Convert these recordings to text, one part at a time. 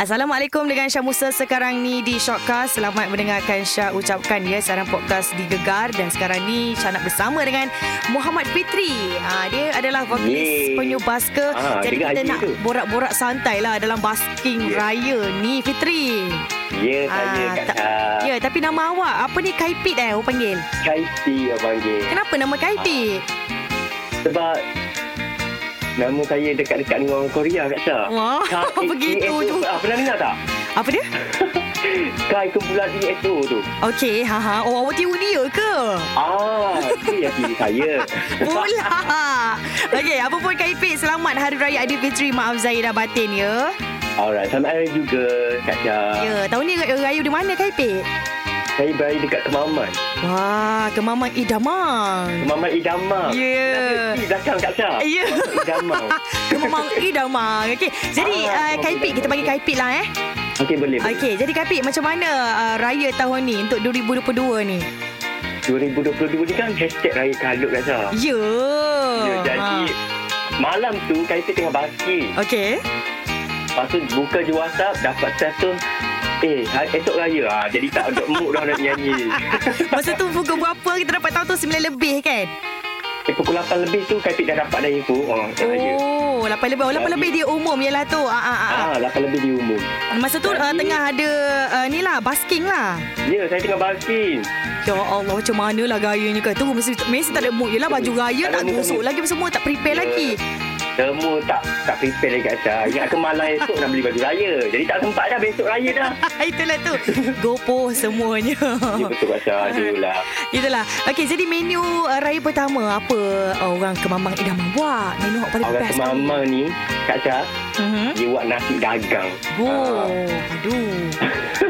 Assalamualaikum dengan Syah Musa sekarang ni di Shortcast. Selamat mendengarkan Syah ucapkan ya sekarang podcast digegar dan sekarang ni Syah nak bersama dengan Muhammad Fitri. Ha, dia adalah vokalis Yeay. penyu basker. Ah, Jadi kita dengar haji nak tu. borak-borak santai lah dalam basking Ya. raya ni Fitri. Ya, saya Ah, Kak tak- Syah. Ya, tapi nama awak apa ni Kaipit eh orang panggil? ah, Kaiti orang panggil. Kenapa nama Kaipit? Sebab nama saya dekat-dekat dengan orang Korea, Kak Syah. Wah, Kai- begitu ESO. tu. Ah, pernah dengar tak? Apa dia? Kai kumpulan ESO tu. Okey, ha ha. Oh, awak tiru dia ke? Ah, itu yang kiri saya. Pula. Okey, apa pun Kak Ipik, selamat Hari Raya Aidilfitri. Maaf Zahir dan batin ya. Alright, sama ada juga, Kak Syah. Ya, tahun ni Raya Raya di mana Kak Ipik? Saya berada dekat Kemaman. Wah, kemaman idaman. Kemaman Idamang. Ya. Ada di belakang, Kak Syah. Ya. Idamang. Kemamang idamang. Okey, jadi uh, Ah, Kak Ipik, kita panggil Kak Ipik lah eh. Okey, boleh. boleh. Okey, jadi Kak Ipik, macam mana uh, Raya tahun ni untuk 2022 ni? 2022 ni kan hashtag Raya Kalut, Kak Syah. Ya. Ya, jadi malam tu Kaiti tengah basking. Ha. Okey. Lepas tu buka je WhatsApp dapat status Eh, hari- esok raya ah. Jadi tak untuk mood dah nak nyanyi. Masa tu pukul berapa kita dapat tahu tu 9 lebih kan? Eh, pukul 8 lebih tu Kaiti dah dapat dah info. Oh, raya. Oh, 8 lebih. Oh, 8 Jadi- lebih dia umum ialah tu. Ah ah ah. Ah, 8 lebih diumum. Masa tu uh, Jadi- tengah ada uh, ni lah basking lah. Ya, saya tengah basking. Ya Allah macam mana lah gayanya kan. Tu mesti, mesti tak ada mood je lah baju raya tak Tak ada mood, gosok tak ada lagi semua tak prepare Ya. lagi. Semua tak tak prepare lagi kat saya. Ingat ke malam esok nak beli baju raya. Jadi tak sempat dah besok raya dah. Itulah tu. Gopoh semuanya. Ya, betul kat saya. Adulah. Itulah. Okey jadi menu uh, raya pertama apa uh, orang kemamang idaman buat? Menu yang paling Orang best. semamang ni, Kak Syah, Mhm. dia buat nasi dagang. Oh, Ah. aduh.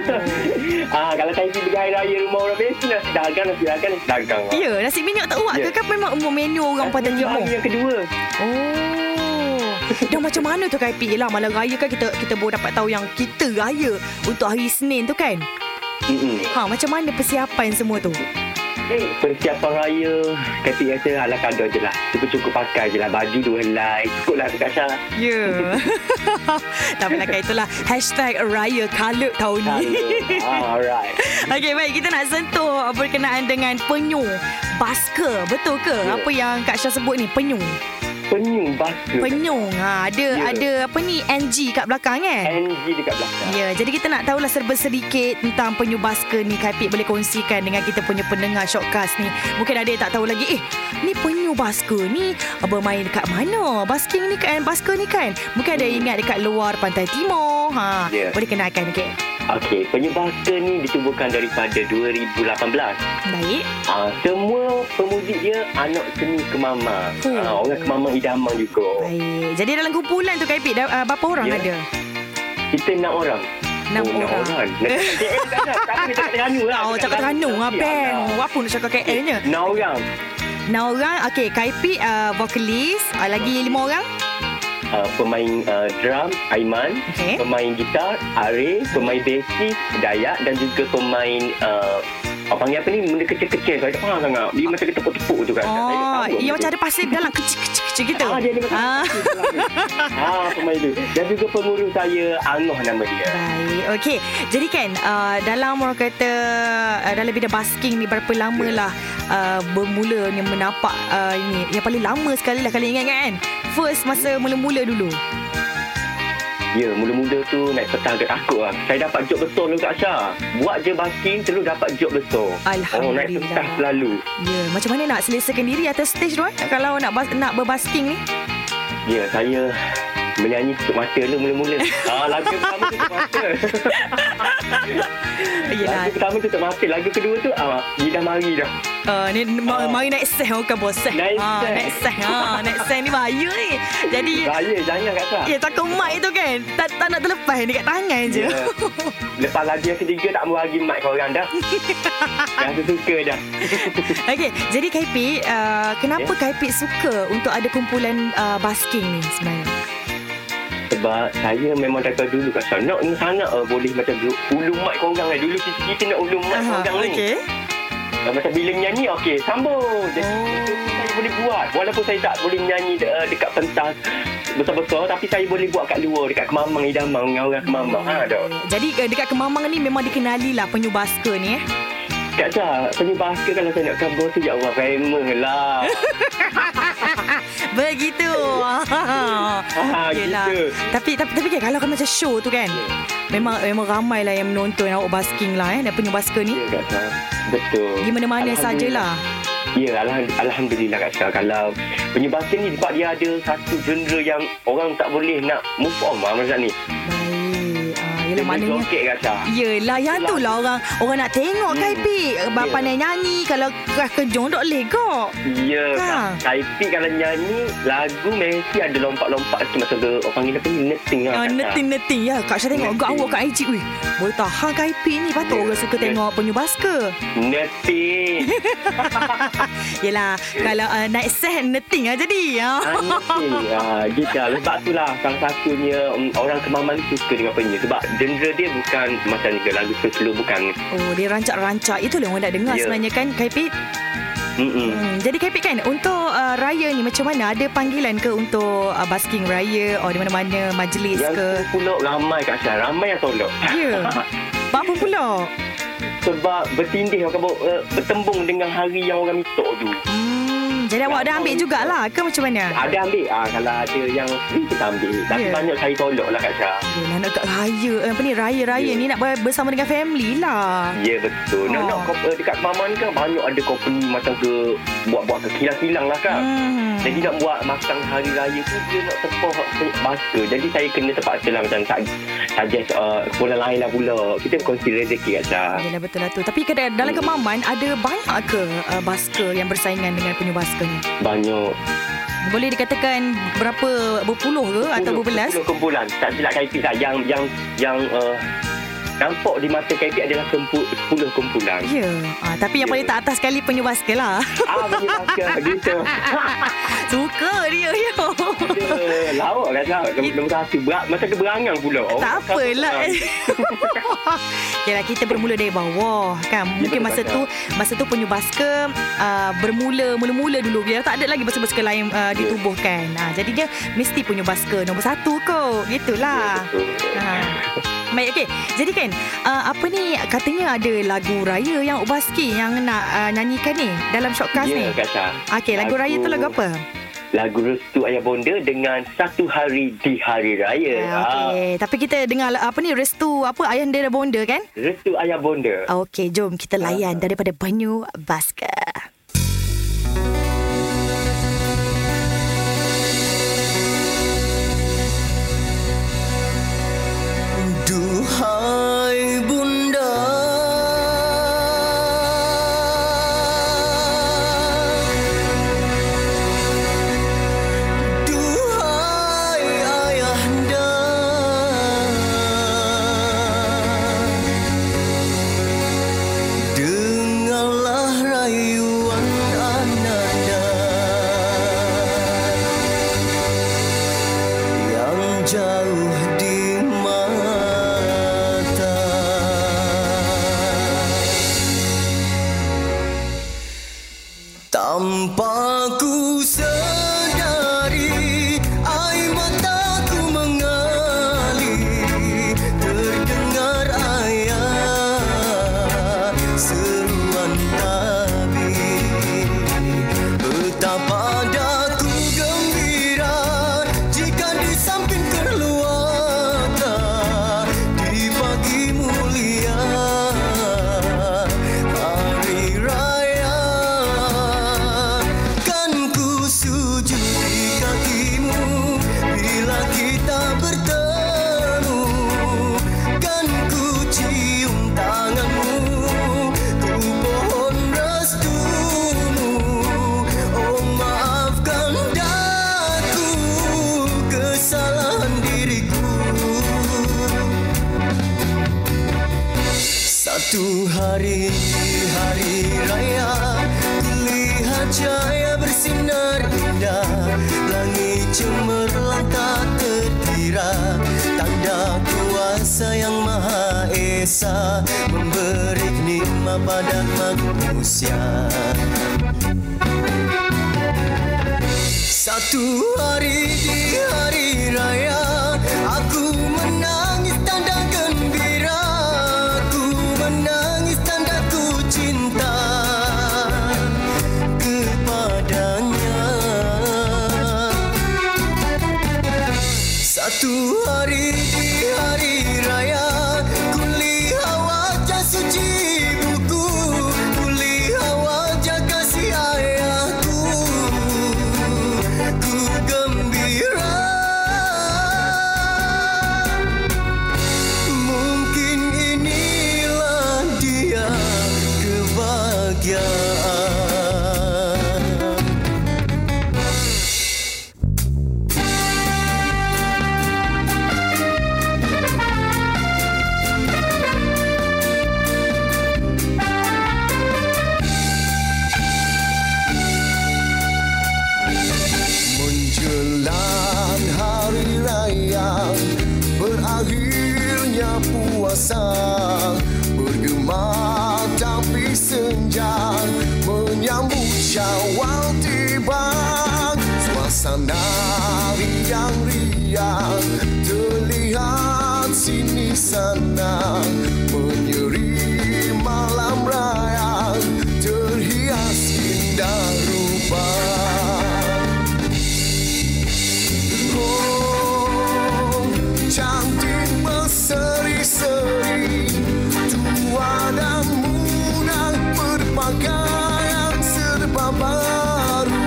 ah, kalau saya pergi hari raya rumah orang biasa nasi dagang, nasi dagang, nasi dagang. Oh. Ya, nasi minyak tak awak Ya. ke kan memang umum menu orang pada timur? Hari yang kedua. Oh. Dan macam mana tu Kak Ipik? Yelah malam raya kan kita kita baru dapat tahu yang kita raya untuk hari Senin tu kan? Mm-mm. Ha macam mana persiapan semua tu? Eh, persiapan raya, kata kata ala kadar je lah. Cukup-cukup pakai je lah. Baju dua helai. Cukup lah dekat Syah. Ya. Yeah. tak apalah Kak itulah hashtag raya kalut tahun ni. Kalau. ah, alright. Okey baik kita nak sentuh berkenaan dengan penyu. Basker, betul ke? Ya. Apa yang Kak Syah sebut ni penyu. Penyu basa. Penyu. Ha ada Ya. ada apa ni NG kat belakang kan? NG dekat belakang. Ya, jadi kita nak tahulah serba sedikit tentang penyu basker ni. Kak Ipik boleh kongsikan dengan kita punya pendengar shortcast ni. Mungkin ada yang tak tahu lagi, eh, ni penyu basker ni bermain dekat mana? Basking ni kan, basker ni kan. Mungkin ada yang ingat dekat luar pantai timur. Ha, Ya. boleh kenalkan, okey. Okey, penyu basa ni ditubuhkan daripada 2018. Baik. Ah, semua pemuzik dia anak seni kemamang. Oh. Ah, orang kemamang idaman juga. Baik. Jadi dalam kumpulan tu Kak Ipik, dah, uh, berapa orang Ya. ada? Kita enam orang. Enam oh, orang. Enam orang. Eh, eh, tak ada. Tak ada cakap Terengganu lah. Oh, cakap Terengganu lah, Ben. Oh, apa nak cakap KL-nya? Enam orang. Enam orang, okey, Kak Ipik, uh, vokalis. Uh, lagi lima orang. uh, pemain uh, drum Aiman, Okey. pemain gitar Arif, pemain besi Dayak dan juga pemain uh, apa panggil apa ni benda kecil-kecil saya tak faham sangat. Dia macam ketepuk-tepuk tu kan. Saya tak Oh, tahu yang benda macam ada pasir dalam kecil-kecil gitu. tu. Ah, dia ada macam Ah. ah, pemain tu. Dan juga pengurus saya Angah nama dia. Baik, okey. Jadi kan uh, dalam orang kata uh, dalam bidang basking ni berapa lama Ya. lah uh, bermula ni menapak uh, ini yang paling lama sekali lah kalau ingat kan. First masa mula-mula dulu. Ya, mula-mula tu naik petang dekat aku lah. Saya dapat job besar dulu Kak Syah. Buat je basking selalu dapat job besar. Oh, naik Alhamdulillah. petang selalu. Ya, macam mana nak selesakan diri atas stage tu eh? Kalau nak bas- nak berbasking ni. Ya, saya menyanyi tutup mata dulu mula-mula. Ah, lagu pertama tutup mata. lagu Yalah. pertama tutup mata. Lagu kedua tu, ah, dia dah mari dah. Uh, ni ma- Ah. mari naik oh, seh bukan bos seh. Naik Ah, seh. naik seh. Ha, naik seh ni bahaya ni. Jadi Bahaya, jangan Kak Syah. Ya, takut mic tu kan. Tak, tak nak terlepas dekat tangan je. Ya. Lepas lagu yang ketiga, tak mau lagi mic korang dah. dah tu suka dah. Okey, jadi Kaipik, uh, kenapa yeah. Kaipik suka untuk ada kumpulan uh, basking ni sebenarnya? Sebab saya memang daripada dulu Kak Syah. Nak ni sana uh, boleh macam dulu, ulu mic korang lah. Dulu kita, kita nak ulu mic korang ni. okey. Dan macam bila nyanyi, okey, sambung. Jadi, Oh. saya boleh buat. Walaupun saya tak boleh nyanyi uh, ah, dekat pentas besar-besar tapi saya boleh buat kat luar dekat Kemamang, Idamang dengan orang Kemamang. Ha dah. Jadi eh, dekat Kemamang ni memang dikenali lah penyu basker ni eh. Kak Jah, penyu basket kalau saya nak cover tu ya Allah famous lah. Begitu. ha, Yelah. gitu. Tapi tapi tapi kan, kalau kan macam show tu kan. Memang memang ramai lah yang menonton awak basking lah eh dan penyu basker ni. Ya Kak Jah. Betul. Di mana-mana sajalah. Ya, alham- Alhamdulillah Kak Syah. Kalau penyebabkan ni sebab dia ada satu genre yang orang tak boleh nak move on lah masa ni. Baik. Ah, Dia yelah maknanya joget Kak Syah. Yelah, yang tu lah orang orang nak tengok hmm. Hmm. kan, Pik. Bapa Ya. yeah. nak nyanyi. Kalau kerah kejong, tak boleh kok. Ya, Ha. Kak. Taipik kalau nyanyi, lagu mesti ada lompat-lompat sikit masa dia orang panggil apa ni? Netting lah. Ah, Kak Syah. Neting-neting ya. Kak Syah tengok Neting. gak awak kat IG. Weh, boleh tahan kan, Pik ni. Patut Ya, orang suka ya. tengok penyu basker. Netting. Yelah, kalau uh, naik set, neting lah jadi. Ya. Ah, Netting. Ah, gitu lah. Sebab tu lah salah satunya um, orang kemaman suka dengan penyu. Sebab genre dia bukan macam ni ke lagu slow bukan. Oh, dia rancak-rancak. Itulah orang nak dengar Ya. sebenarnya kan, Kaipit. Mm-mm. Hmm, jadi Kaipit kan, untuk uh, raya ni macam mana? Ada panggilan ke untuk uh, basking raya? Or di mana-mana majlis Yang ke? tu pulak ramai Kak Syah. Ramai yang tolak. Ya. Buat apa pula? Sebab bertindih orang kata, uh, bertembung dengan hari yang orang mitok tu. Hmm, jadi awak dah ambil jugalah ke macam mana? Ada ambil ah kalau ada yang free kita ambil. Tapi Ya. yeah. banyak saya tolak lah Kak Syah. Yelah nak kat raya eh, Apa ni raya-raya Ya. ni Nak ber- bersama dengan family lah Ya yeah, betul. Nak Oh. nak kau, uh, dekat Maman kan banyak ada company macam ke buat-buat ke kilang-kilang lah Kak. hmm. Jadi nak buat makan hari raya tu dia nak tepah bahasa. Jadi saya kena terpaksa lah macam tak suggest uh, pula lain lah pula. Kita consider rezeki Kak Syah. Yelah betul lah tu Tapi kadang dalam Hmm. kemaman Ada banyak ke uh, basker Yang bersaingan dengan penyu basker ni Banyak. Boleh dikatakan Berapa Berpuluh ke Atau berbelas Sepuluh kumpulan. Tak silap KP tak. Yang, yang, yang uh, nampak di mata KP adalah kempu, sepuluh kumpulan. Ya ah, Tapi yang Ya. paling tak atas sekali Penyu basker lah ah, bagi mata gitu. Suka dia ya. Dia Lawak kan tak? Nombor satu. Berat, macam keberangan pula. Oh, Orang Tak kata apalah orang. Yalah kita bermula dari bawah kan. Mungkin betul, masa Kak tu masa tu penyu basker uh, bermula mula-mula dulu dia tak ada lagi basker-basker lain uh, ditubuhkan. Ha, jadi dia mesti penyu basker nombor satu kot. Gitulah. Betul. Ha. Baik okey. Jadi kan uh, apa ni katanya ada lagu raya yang Uk Baski yang nak uh, nyanyikan ni dalam shortcast Ya, yeah. ni. Kak Syah. Okey, lagu Lagu- raya tu lagu apa? Lagu Restu Ayah Bonda dengan Satu Hari di Hari Raya. Ah, Ah, Okey, tapi kita dengar apa ni restu apa ayah dia dah bonda kan? Restu Ayah Bonda. Okey, jom kita Ah, layan daripada Banyu Basker. Duhai bunda Duhai ayahanda Dengarlah rayuan ananda yang jauh di mata tanpa ku sedari air mataku mengalir terdengar ayat seruan tabir Betapa daku gembira Jika di samping keluarga Di pagi mulia Hari Raya Kan ku sujud di kakimu Bila kita bertemu Kan ku cium tanganmu Ku pohon restumu Oh maafkan daku Kesalahan diriku Satu hari di hari raya Kulihat cahaya bersinar indah Langit cemerlang tak terkira Tanda kuasa yang maha esa Memberi nikmat pada manusia satu hari di hari masal Bergema tapi senja Menyambut syawal tiba Suasana riang-riang Terlihat sini sana Menyeri malam raya Terhias indah rupa hidung Cantik berseri-seri Tua dan muda berpakaian serba baru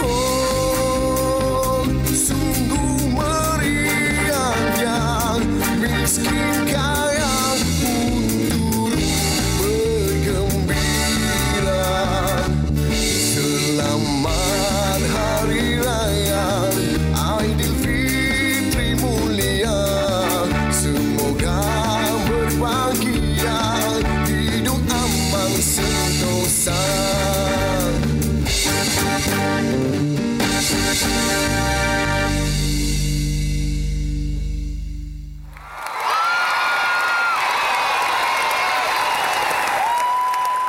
Oh, sungguh meriahnya Miskin kaya pun turut bergembira Selamat Hari Raya Aidilfitri mulia Semoga berbahagia Hidup aman sentosa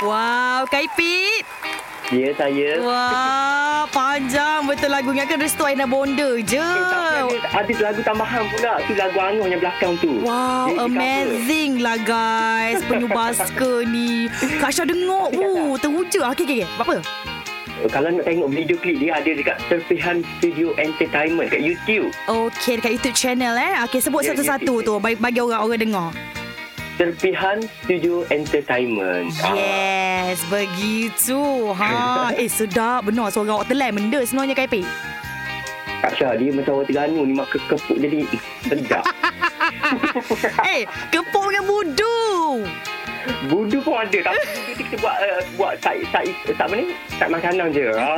Wow, Kak Ipit. Ya, saya. Wah, panjang betul lagu. Ingatkan restu Aina Bonda je. Eh, tak apa, ada, ada lagu tambahan pula. Tu lagu Anuh yang belakang tu. Wow, Jadi, kita amazing lah guys. Penyu baska ni. Kak Syah dengok. Uh, teruja. Okey, okey, okey. Buat Apa? cover. Kalau nak tengok video klip dia ada dekat Serpihan Studio Entertainment kat YouTube. Okey, dekat YouTube channel eh. Okey, sebut Ya, satu-satu ya, ya. tu. Bagi, bagi orang-orang dengar. Serpihan Studio Entertainment. Ah, Yes, begitu. Ha, eh sedap benar suara awak telan benda sebenarnya Kak Ipit. Kak Syah, dia macam orang Terengganu ni mak kekepuk jadi sedap. Eh, kepuk dengan budu. Budu pun ada tapi budu tu kita buat uh, buat side side tak apa ni? Side makanan je. Ah,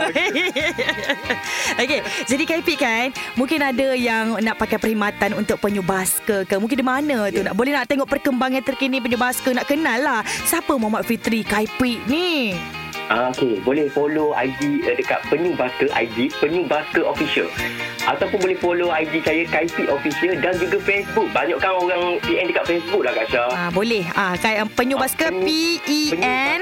Okey, jadi Kak Ipit kan, mungkin ada yang nak pakai perkhidmatan untuk penyu baska ke. Mungkin di mana tu Ya. nak boleh nak tengok perkembangan terkini penyu baska, nak kenal lah siapa Muhammad Fitri Kak Ipit ni. Ah, okay. Boleh follow IG uh, dekat Penyu Baska IG, Penyu Baska Official. Ataupun boleh follow IG saya, Kaipi Official dan juga Facebook. Banyak kan orang PM dekat Facebook lah Kak Syah. Ah, boleh. Ah, Kak penyu Ah, baska penyu- P E N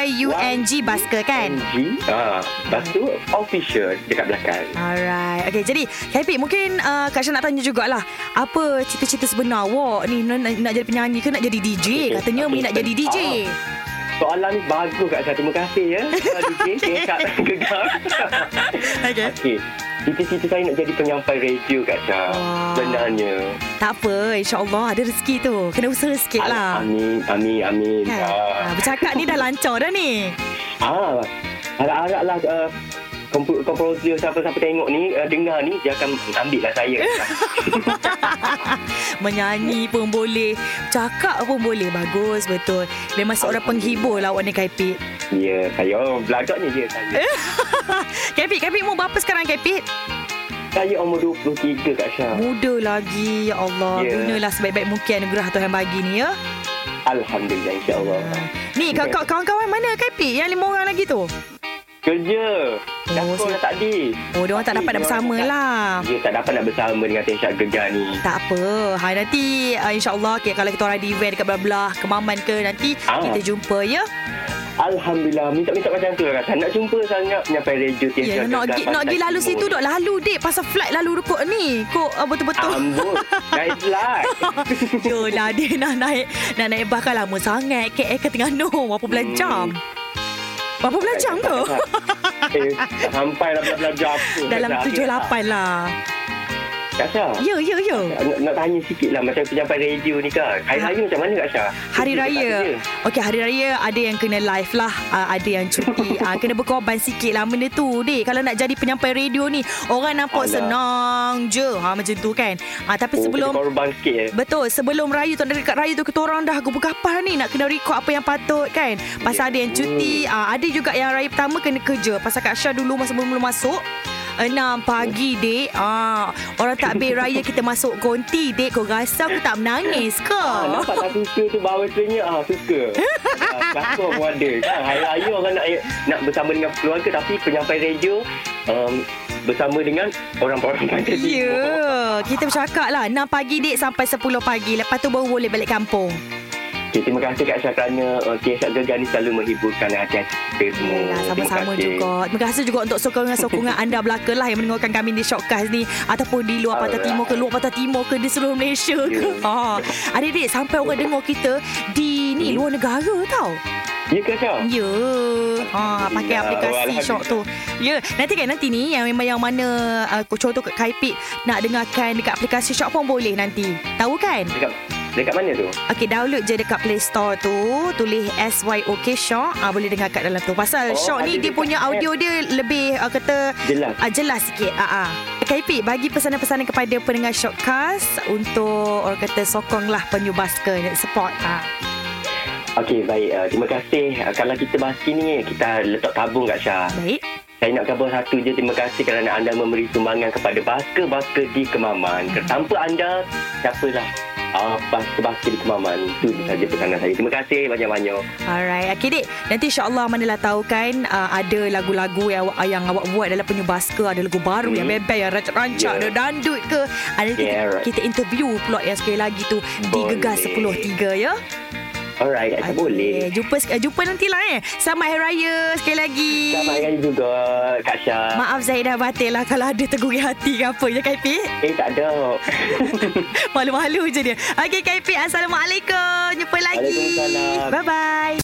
Y U N G baska kan. NG. Ah, Baska Official dekat belakang. Alright. Okay, jadi Kak Ipit mungkin uh, Kak Syah nak tanya jugalah. Apa cita-cita sebenar awak ni nak, nak, nak jadi penyanyi ke nak jadi DJ? Okey, Katanya okey. Mi nak jadi DJ. Ah. Soalan ni bagus Kak Syah. Terima kasih ya. Soalan DJ, singkat gegar. Okay. Okey. Cita-cita saya nak jadi penyampai radio Kak Syah. Wah. Sebenarnya. Tak apa, insyaAllah ada rezeki tu. Kena usaha sikit lah. Amin, amin, amin. Kan? Ah. Ah, bercakap ni dah lancar dah ni. Ah, harap-harap lah uh, kompu- komposer siapa-siapa tengok ni, uh, dengar ni, dia akan ambil lah saya. Menyanyi pun boleh, cakap pun boleh. Bagus, betul. Memang seorang penghibur lah awak ni Kak Ipit. ya, saya oh, belagaknya dia saya. Eh? Kak Ipit, Kak Ipit umur berapa sekarang Kak Ipit? Saya umur 23 Kak Syah. Muda lagi, ya Allah. Ya. Gunalah sebaik-baik mungkin anugerah Tuhan bagi ni ya. Ah. Alhamdulillah, insyaAllah. Ni kau- kau- kawan-kawan mana Kapi yang lima orang lagi tu? Kerja. Oh, Dapur saya- lah tadi. Oh, diorang tak Tapi dapat nak diorang bersama tak- lah. Ya, tak dapat nak bersama dengan Tesha Gegar ni. Tak apa. Ha, nanti uh, insyaAllah okay, kalau kita orang ada event dekat belah-belah, kemaman ke nanti Ah. kita jumpa ya. Alhamdulillah, minta-minta macam tu lah Kak Syah. Nak jumpa sangat penyampai radio Tesha Ya, yeah, nak pergi nak pergi lalu situ dok lalu dek pasal flight lalu rukuk ni. Kok uh, betul-betul. Ambon, naik flight. Yolah dia nak naik nak naik bah kan lama sangat KL ke Terengganu berapa belas Hmm. jam? Berapa belas jam tu? Eh, tak sampai lah belah-belah jam tu. Dalam Kak Syah. tujuh lapan lah. Kak Syah. Ya, ya, ya. Nak, nak tanya sikit lah Macam pejabat radio ni kan Hari Ha. Raya macam mana Kak Syah? Hari Kerja tak kerja? Raya Okey hari raya Ada yang kena live lah uh, Ada yang cuti uh, Kena berkorban sikit lah Benda tu Dek kalau nak jadi penyampai radio ni Orang nampak Alah. senang je ha, Macam tu kan uh, Tapi Oh, sebelum kena korban sikit eh Betul Sebelum raya tu Dekat raya tu Kita orang dah gubah-gapah ni Nak kena record apa yang patut kan Pasal ada yang cuti uh, Ada juga yang raya pertama Kena kerja Pasal Kak Syah dulu Masa belum masuk Enam pagi dek ah, Orang takbir raya Kita masuk konti dek Kau rasa aku tak menangis ke Ah, nampak tak suka tu bahawa sebenarnya ah, suka. ah, Kelakor pun eh, ada. Kan? Hari raya orang nak, nak bersama dengan keluarga tapi penyampai radio um, bersama dengan orang-orang pantai Ya, yeah. kita bercakap lah 6 pagi dek sampai 10 pagi. Lepas tu baru boleh balik kampung. Okay, terima kasih Kak Syah kerana uh, Kisah Gegar ni selalu menghiburkan hati kita semua. Yelah, sama-sama juga. Terima kasih juga untuk sokongan-sokongan anda belaka lah yang mendengarkan kami di Shockcast ni. Ataupun di luar Pantai Alright. Timur ke luar Pantai Timur ke di seluruh Malaysia ke. Ya. Ha. Adik-adik, sampai orang dengar kita di ni Hmm. luar negara tau. Ya Kak Syah? Ya. Ha, pakai Ya, aplikasi alhamdulillah. Shock tu. Ya, nanti kan nanti ni yang memang yang mana uh, contoh kat Kaipik nak dengarkan dekat aplikasi Shock pun boleh nanti. Tahu kan? Dekat, dekat mana tu? Okey, download je dekat Play Store tu, tulis SYOK Shock, ah boleh dengar kat dalam tu. Pasal oh, Oh, Shock ni ada dia dekat punya app. audio dia lebih ah, kata Jelas. ah, jelas sikit. Ah ah. KIP bagi pesanan-pesanan kepada pendengar Shockcast untuk orang kata sokonglah penyu basker support. Ah. Okey, baik. Uh, terima kasih. Uh, kalau kita bahas kini, kita letak tabung Kak Syah. Baik. Saya nak khabar satu je. Terima kasih kerana anda memberi sumbangan kepada basker-basker di Kemaman. Tanpa anda, siapalah uh, basker-basker di Kemaman. Itu saja pesanan saya. Terima kasih banyak-banyak. Alright. Okey dek, nanti insya-Allah manalah tahu kan uh, ada lagu-lagu yang awak yang awak buat dalam penyu basker, ada lagu baru Hmm. yang bebel yang rancak-rancak, Yeah. ada dandut ke. Ada kita, Yeah, right. kita interview pula yang sekali lagi tu di Gegar Boleh. 103 ya. Alright, Kak Syah boleh. Okey, Jumpa sek- jumpa nantilah eh. Selamat Hari Raya sekali lagi. Selamat hari raya juga, Kak Syah. Maaf Zahidah batil lah kalau ada tergurih hati ke apa Ya, je Kaipi. eh, tak ada. Malu-malu je dia. Okey Kaipi, Assalamualaikum. Jumpa lagi. Waalaikumsalam. Bye-bye.